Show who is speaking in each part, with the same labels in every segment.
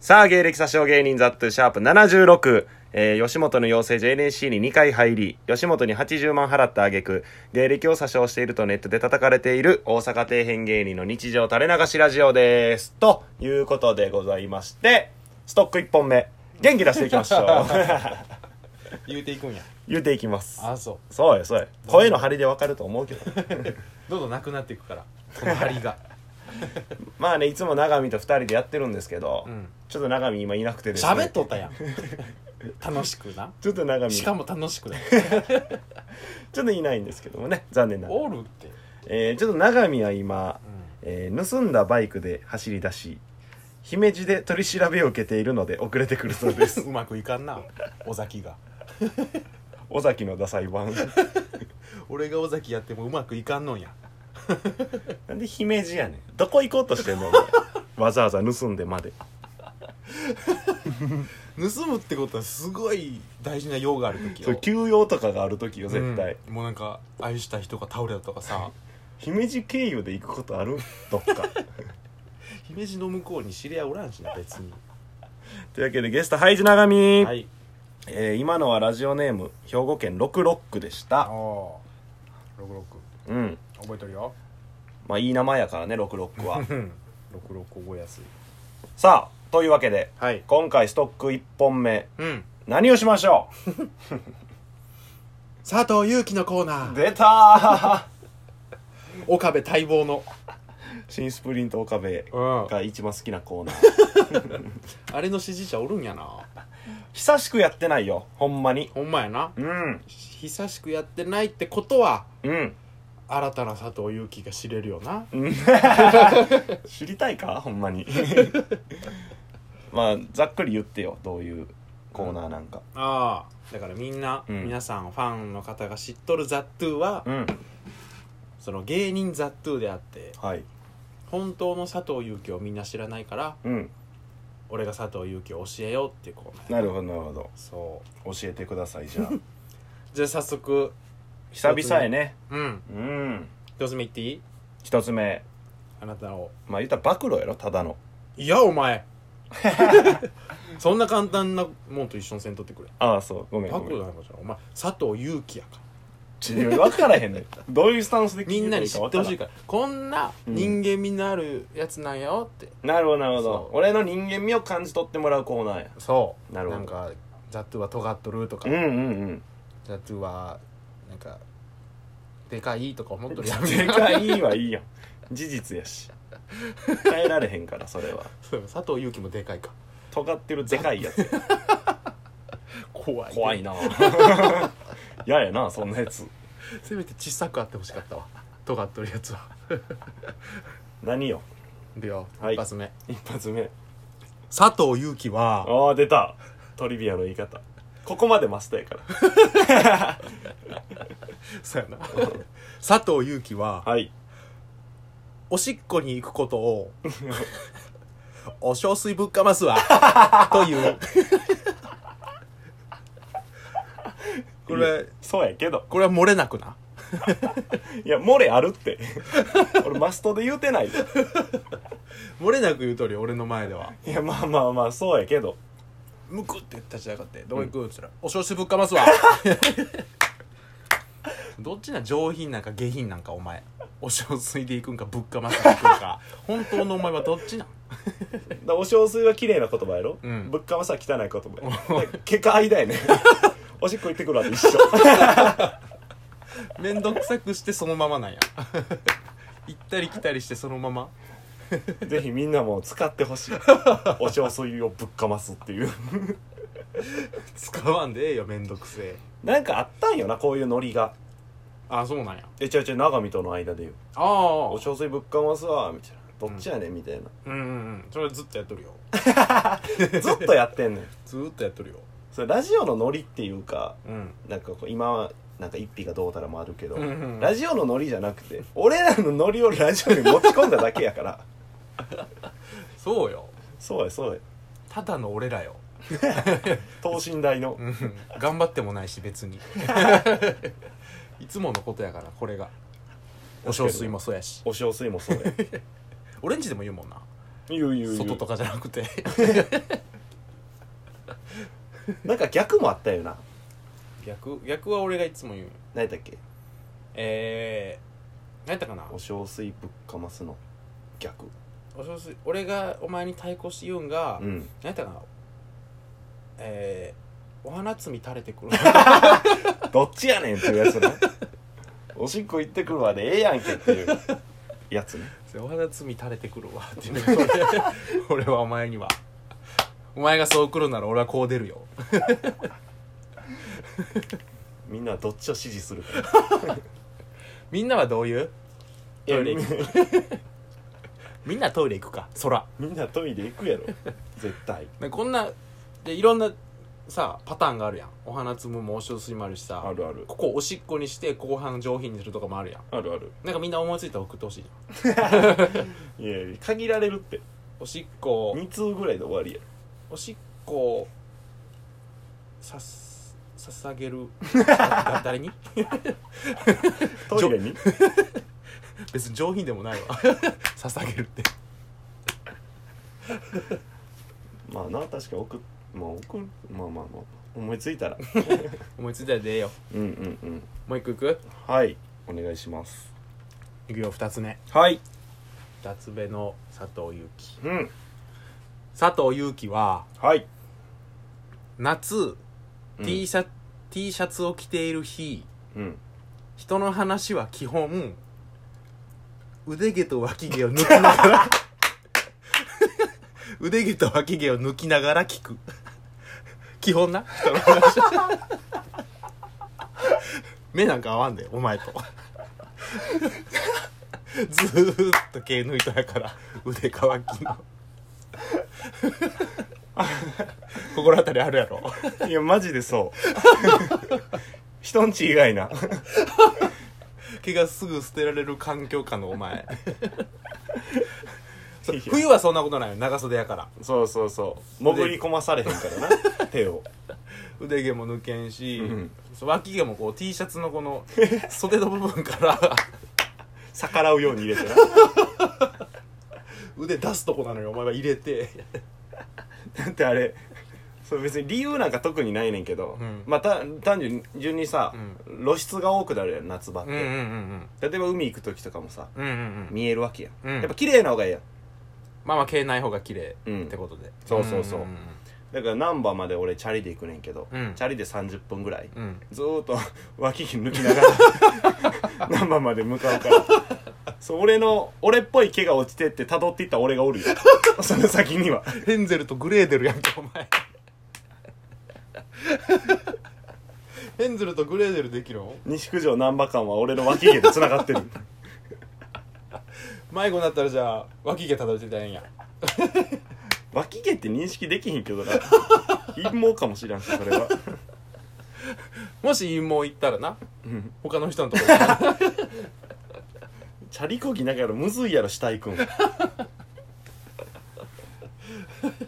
Speaker 1: さあ、芸歴詐称芸人ザットシャープ76。えー吉本の養成所 NSC に2回入り、吉本に80万払った挙句、芸歴を詐称しているとネットで叩かれている大阪底辺芸人の日常垂れ流しラジオです。ということでございまして、ストック1本目、元気出していきまし ょう。
Speaker 2: 言うていくんや
Speaker 1: 言うていきます。
Speaker 2: あそう
Speaker 1: そうよ、そうよ。声の張りでわかると思うけど。
Speaker 2: どんどんなくなっていくからこの張りが
Speaker 1: まあね、いつも永見と2人でやってるんですけど、
Speaker 2: うん
Speaker 1: ちょっと永見今いなくてですね。
Speaker 2: 喋っとったやん 楽しくな
Speaker 1: ちょっと永見、
Speaker 2: し
Speaker 1: ち
Speaker 2: か
Speaker 1: ょ
Speaker 2: も楽しくない
Speaker 1: っといないんですけどもね、残念ながら。
Speaker 2: おるって、
Speaker 1: えーちょっと永見は今
Speaker 2: う、ん、
Speaker 1: えー盗んだバイクで走り出し姫路で取り調べを受けているので遅れてくるそう です
Speaker 2: うまくいかんな尾崎が
Speaker 1: 尾崎のダサい版
Speaker 2: 俺が尾崎やってもうまくいかんのんや
Speaker 1: なんで姫路やねんどこ行こうとしてんの お前わざわざ盗んでまで
Speaker 2: 盗むってことはすごい大事な用がある時よ
Speaker 1: そう休養とかがある時よ絶対、
Speaker 2: うんもうなんか愛した人が倒れたとかさ
Speaker 1: 姫路経由で行くことあるどっ か
Speaker 2: 姫路の向こうに知り合いおらんしな別に
Speaker 1: というわけでゲストハイジ長見、
Speaker 2: はい
Speaker 1: えー今のはラジオネーム兵庫県六六区でし
Speaker 3: あ
Speaker 1: た
Speaker 3: あ六六
Speaker 1: うん
Speaker 3: 覚えとるよ
Speaker 1: まあいい名前やからね六六区 は
Speaker 3: 六六覚えやすい
Speaker 1: さあというわけで
Speaker 2: はい
Speaker 1: 今回ストック1本目
Speaker 2: うん
Speaker 1: 何をしましょう
Speaker 2: 佐藤悠樹のコーナー
Speaker 1: 出たー
Speaker 2: 岡部待望の
Speaker 1: 新スプリント岡部
Speaker 2: う
Speaker 1: が一番好きなコーナー
Speaker 2: んあれの支持者おるんやな
Speaker 1: 久しくやってないよほんまに
Speaker 2: ほんまやな
Speaker 1: うん
Speaker 2: 久しくやってないってことは
Speaker 1: うん
Speaker 2: 新たな佐藤悠樹が知れるよな
Speaker 1: 知りたいかほん まにまあざっくり言ってよどういうコーナーなんか
Speaker 2: ああだからみんな、
Speaker 1: うん
Speaker 2: 皆さんファンの方が知っとる「ザ・トゥは、
Speaker 1: うん
Speaker 2: その芸人「ザ・トゥであって
Speaker 1: はい
Speaker 2: 本当の佐藤悠樹をみんな知らないから
Speaker 1: うん
Speaker 2: 俺が佐藤悠樹を教えようっていうコーナー
Speaker 1: なるほどなるほど
Speaker 2: そう
Speaker 1: 教えてくださいじゃ あ
Speaker 2: じゃあ早速
Speaker 1: 久々やね
Speaker 2: うん
Speaker 1: うん
Speaker 2: 一つ目言っていい
Speaker 1: 一つ目
Speaker 2: あなたを
Speaker 1: まあ言ったら暴露やろただの
Speaker 2: いや お前そんな簡単なもんと一緒にせんとってくれ
Speaker 1: ああそうごめん
Speaker 2: パ
Speaker 1: ご
Speaker 2: ク
Speaker 1: め
Speaker 2: じ
Speaker 1: ん
Speaker 2: ゃないかじゃんお前佐藤悠樹やから
Speaker 1: ちょ分からへん ねんどういうスタンスで
Speaker 2: み
Speaker 1: 聞
Speaker 2: ん
Speaker 1: いて
Speaker 2: な
Speaker 1: る
Speaker 2: に知
Speaker 1: か分
Speaker 2: って
Speaker 1: からん
Speaker 2: ほしいからこんな人間味のあるやつなんやよって、
Speaker 1: なるほどなるほ
Speaker 2: そ
Speaker 1: ど
Speaker 2: う
Speaker 1: 俺の人間味を感じ取ってもらうコーナーや
Speaker 3: そう
Speaker 1: なるほど
Speaker 3: んかザ・トゥは尖っとるとか、
Speaker 1: うんうん
Speaker 3: ザ・トゥはなんかでかいとか思っ
Speaker 1: う
Speaker 3: と
Speaker 1: ん
Speaker 3: る やん
Speaker 1: でかいはいいやん事実やし変えられへんからそれは
Speaker 2: そう佐藤悠樹もでかいか
Speaker 1: 尖ってるでかいやつや
Speaker 2: 怖い
Speaker 1: 怖 いなややなそんなやつ
Speaker 2: せめて小さくあってほしかったわ尖っとるやつは
Speaker 1: 何よ
Speaker 2: でよ、
Speaker 1: はい
Speaker 2: 一発目
Speaker 1: 一発目
Speaker 2: 佐藤悠樹は
Speaker 1: ああ出たトリビアの言い方ここまでマスターやから
Speaker 2: そうやな佐藤悠樹は
Speaker 1: はい
Speaker 2: おしっこに行くこと をお小水ぶっかますわというこれ
Speaker 1: そうやけど
Speaker 2: これは漏れなくない
Speaker 1: や漏れあるって 俺マストで言うてないで
Speaker 2: 漏れなく言うとおり俺の前ではい
Speaker 1: やまあまあまあそうやけど
Speaker 2: むくって立ち上がって「どこ行く?」っつったら「お小子ぶっかますわ」どっちなん上品なんか下品なんかお前お小水で行くんかぶっかますで行くんか本当のお前はどっちなん
Speaker 1: だからお小水は綺麗な言葉やろ、
Speaker 2: うん
Speaker 1: ぶっかまさは汚い言 葉や結果間やね おしっこ行ってくるわと一緒
Speaker 2: 面倒くさくしてそのままなんや行ったり来たりしてそのまま
Speaker 1: ぜひみんなも使ってほ しいお小水をぶっかますっていう
Speaker 2: 使わんでええよ面倒くせえ
Speaker 1: なんかあったんよなこういうノリが
Speaker 2: あそうなんや
Speaker 1: えちょいちょい長見との間でよ
Speaker 2: ああ
Speaker 1: お小水ぶっかますわみたいなどっちやねんみたいな
Speaker 2: うんうんうんそれずっとやっとるよ
Speaker 1: ずっとやってんねん
Speaker 2: ずーっとやっとるよ
Speaker 1: それラジオのノリっていうか
Speaker 2: うん
Speaker 1: なんかこう今はなんか一匹がどうたらもあるけど、
Speaker 2: うんうん
Speaker 1: ラジオのノリじゃなくて俺らのノリをラジオに持ち込んだだけやから
Speaker 2: そうよ
Speaker 1: そうやそうや
Speaker 2: ただの俺らよ
Speaker 1: 等身大の
Speaker 2: うん 頑張ってもないし別に いつものことやからこれがお小水もそうやし
Speaker 1: お塩水もそうや
Speaker 2: オレンジでも言うもんな
Speaker 1: 言う言う言う
Speaker 2: 外とかじゃなくて
Speaker 1: なんか逆もあったよな
Speaker 2: 逆逆は俺がいつも言う
Speaker 1: 何やったっけ
Speaker 2: えー、何やったかな
Speaker 1: お小水ぶっかますの逆
Speaker 2: お小水俺がお前に対抗して言うんが、
Speaker 1: うん
Speaker 2: 何やったかなえー、お花摘み垂れてくる
Speaker 1: どっちやねんっていうやつ ねおしっこ行ってくるわでええやんけっていうやつね
Speaker 2: お花摘み垂れてくるわっていう それ俺はお前にはお前がそう来るなら俺はこう出るよ
Speaker 1: みんなどっちを支持するか
Speaker 2: みんなはどういう
Speaker 1: いや
Speaker 2: トイレ行くみんなトイレ行くか空
Speaker 1: みんなトイレ行くやろ絶対
Speaker 2: でこんなでいろんなさパターンがあるやんお花摘むもお小水もあるしさ
Speaker 1: あるある
Speaker 2: ここおしっこにして後半上品にするとかもあるやん
Speaker 1: あるある
Speaker 2: なんかみんな思いついたら送ってほしいじゃん
Speaker 1: いやいや限られるって
Speaker 2: おしっこ
Speaker 1: 2通ぐらいで終わりや
Speaker 2: おしっこさす捧げ るだ誰に
Speaker 1: ろトイレに
Speaker 2: 別に上品でもないわ 捧げるって
Speaker 1: まあな確かに送っまあ送るまあまあまあ思いついたら
Speaker 2: 思いついたらでええよ
Speaker 1: うんうんうん
Speaker 2: もう一個いく
Speaker 1: はいお願いします
Speaker 2: いくよ二つ目
Speaker 1: はい
Speaker 2: 二つ目の佐藤祐樹
Speaker 1: うん
Speaker 2: 佐藤祐樹は
Speaker 1: はい
Speaker 2: 夏、
Speaker 1: うん
Speaker 2: T シャ T シャツを着ている日
Speaker 1: うん
Speaker 2: 人の話は基本腕毛と脇毛を抜きながら 腕毛と脇毛を抜きながら聞く基本な人の話 目なんか合わんでお前と ずーっと毛抜いたから腕か脇の 心当たりあるやろ
Speaker 1: いやマジでそう 人んち以外な
Speaker 2: 毛がすぐ捨てられる環境下のお 前そう
Speaker 1: いや
Speaker 2: 冬はそんなことないよ長袖やから
Speaker 1: そうそうそう潜り込まされへんから な手を
Speaker 2: 腕毛も抜けんし、
Speaker 1: うん
Speaker 2: そう脇毛もこう T シャツのこ の袖の部分から
Speaker 1: 逆らうように入れてな
Speaker 2: 腕出すとこなのにお前は入れて
Speaker 1: だってあれそう別に理由なんか特にないねんけど、
Speaker 2: うん
Speaker 1: まあた単純にさ、露出が多くなるやん夏場って、
Speaker 2: うんうんうん
Speaker 1: 例えば海行く時とかもさ
Speaker 2: うんうんうんうん
Speaker 1: 見えるわけやん、
Speaker 2: うん
Speaker 1: やっぱ綺麗な方がいいやん
Speaker 2: まあまあ毛ない方が綺麗
Speaker 1: うん
Speaker 2: ってことで
Speaker 1: そうそうそうん
Speaker 2: ん
Speaker 1: だから難波まで俺チャリで行くねんけど、
Speaker 2: うん
Speaker 1: チャリで30分ぐらい、
Speaker 2: うんうん
Speaker 1: ずーっと脇毛抜きながら 難波まで向かうからそう俺の俺っぽい毛が落ちてって辿っていった俺がおるよその先には
Speaker 2: ヘンゼルとグレーデルやんけお 前ヘンゼルとグレーデルできるの
Speaker 1: 西九条難波間は俺の脇毛でつながってる
Speaker 2: 迷子になったらじゃあ脇毛たどり着いたらええんや
Speaker 1: 脇毛って認識できひんけどな陰謀かもしらんしそれは
Speaker 2: もし陰謀行ったらな
Speaker 1: うん
Speaker 2: 他の人のところに
Speaker 1: チャリこぎながらむずいやろ下行くん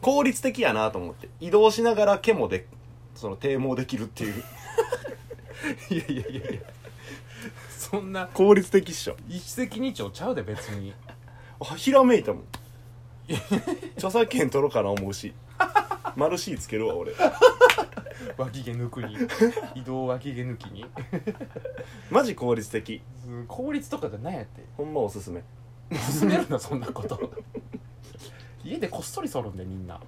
Speaker 1: 効率的やなと思って移動しながら毛もでその堤毛できるっていう
Speaker 2: いやいやいやいやそんな
Speaker 1: 効率的っしょ
Speaker 2: 一石二鳥ちゃうで別に
Speaker 1: あひらめいたもん著作権取ろうかな思うしマルシーつけるわ俺
Speaker 2: 脇毛抜く に移動脇毛抜きに
Speaker 1: マジ効率的
Speaker 2: うん効率とかじゃないやって
Speaker 1: ほんまおすすめ
Speaker 2: 進めるなそんなこと家でこっそり剃るんでみんな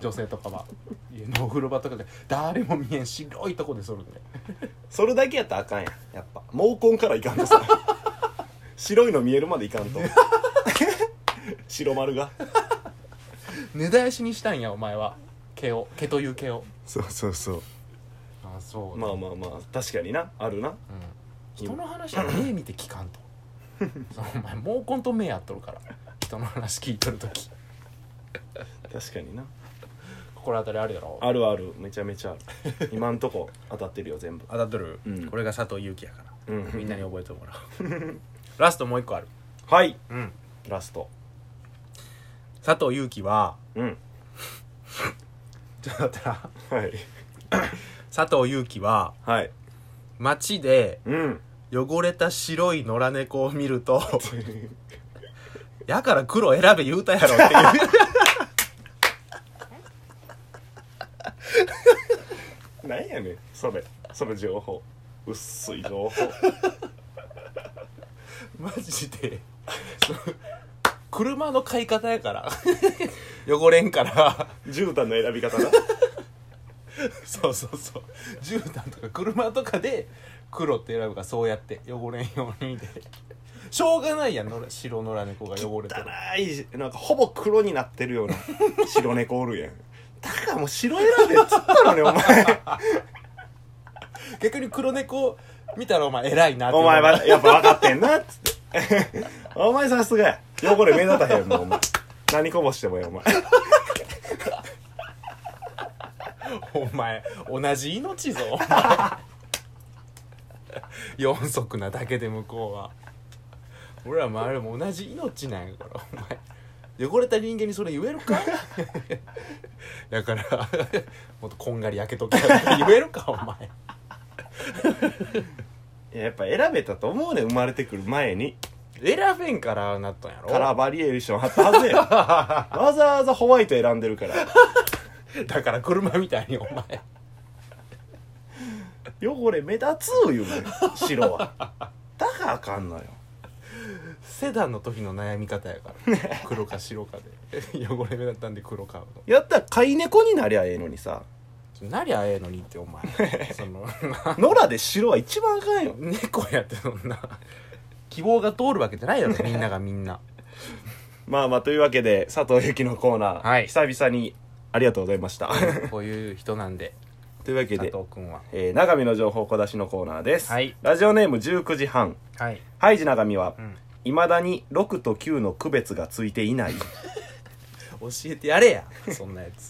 Speaker 2: 女性とかは家のお風呂場とかで誰も見えん白いとこで剃るんで
Speaker 1: それだけやったらあかんやんやっぱ毛根からいかんと さ白いの見えるまでいかんと白丸が
Speaker 2: 根絶やしにしたんやお前は毛を毛という毛を
Speaker 1: そうそうそう
Speaker 2: あそう
Speaker 1: まあまあまあ確かになあるな
Speaker 2: 人の話は目見て聞かんとそのお前毛根と目やっとるから人の話聞いとる時
Speaker 1: 確かにな
Speaker 2: 心当たりあるやろ
Speaker 1: あるあるめちゃめちゃある今んとこ当たってるよ全部
Speaker 2: 当たっとる、
Speaker 1: うん
Speaker 2: これが佐藤祐樹やから、
Speaker 1: うん
Speaker 2: みんなに覚えてもらおうラストもう一個ある、
Speaker 1: はい
Speaker 2: うん、
Speaker 1: ラスト
Speaker 2: 佐藤祐樹は
Speaker 1: うん
Speaker 2: ちょっと待ってな
Speaker 1: はい
Speaker 2: 佐藤祐樹は
Speaker 1: はい
Speaker 2: 街で
Speaker 1: うん
Speaker 2: 汚れた白い野良猫を見るとやから黒選べ言うたやろっていう
Speaker 1: なんやねんそれその情報薄い情報
Speaker 2: マジでその車の買い方やから 汚れんから
Speaker 1: 絨毯の選び方な
Speaker 2: そうそうそう絨毯とか車とかで黒って選ぶからそうやって汚れんようにでしょうがないやん野良白野良猫が汚れてる
Speaker 1: 汚いなんかほぼ黒になってるような白猫おるやん だからもう白選べっつったのにお前
Speaker 2: 逆に黒猫見たらお前偉いなっ て
Speaker 1: お前は やっぱ分かってんなっつってお前さすがや汚れ目立たへんもんお前何こぼしてもやお前
Speaker 2: お前同じ命ぞお 前四足なだけで向こうは俺ら周りも同じ命なんやからお前汚れた人間にそれ言える かだからもっとこんがり焼けとけ言えるかお前
Speaker 1: いややっぱ選べたと思うねん生まれてくる前に
Speaker 2: 選べんからああなったんやろ
Speaker 1: カラーバリエーションあった はずやわざわざホワイト選んでるから
Speaker 2: だから車みたいにお前
Speaker 1: 汚れ目立つ言うねん白 はだからあかんのよ
Speaker 2: セダンの時の悩み方やから黒か白かで汚れ目だったんで黒買うの
Speaker 1: やったら飼い猫になりゃええのに さ
Speaker 2: ちょなりゃええのにってお前その
Speaker 1: 野良で白は一番あかんよ
Speaker 2: 猫やってそんな希望が通るわけじゃないや ろみんながみんな
Speaker 1: まあまあというわけで佐藤由紀のコーナー、
Speaker 2: はい
Speaker 1: 久々にありがとうございました
Speaker 2: こういう人なんで
Speaker 1: というわけで
Speaker 2: 佐藤、君は
Speaker 1: えー、長見の情報小出しのコーナーです、
Speaker 2: はい
Speaker 1: ラジオネーム19時半
Speaker 2: はい、
Speaker 1: ハイジ長見は
Speaker 2: うん、
Speaker 1: いまだに6と9の区別がついていない
Speaker 2: 教えてやれやそんなやつ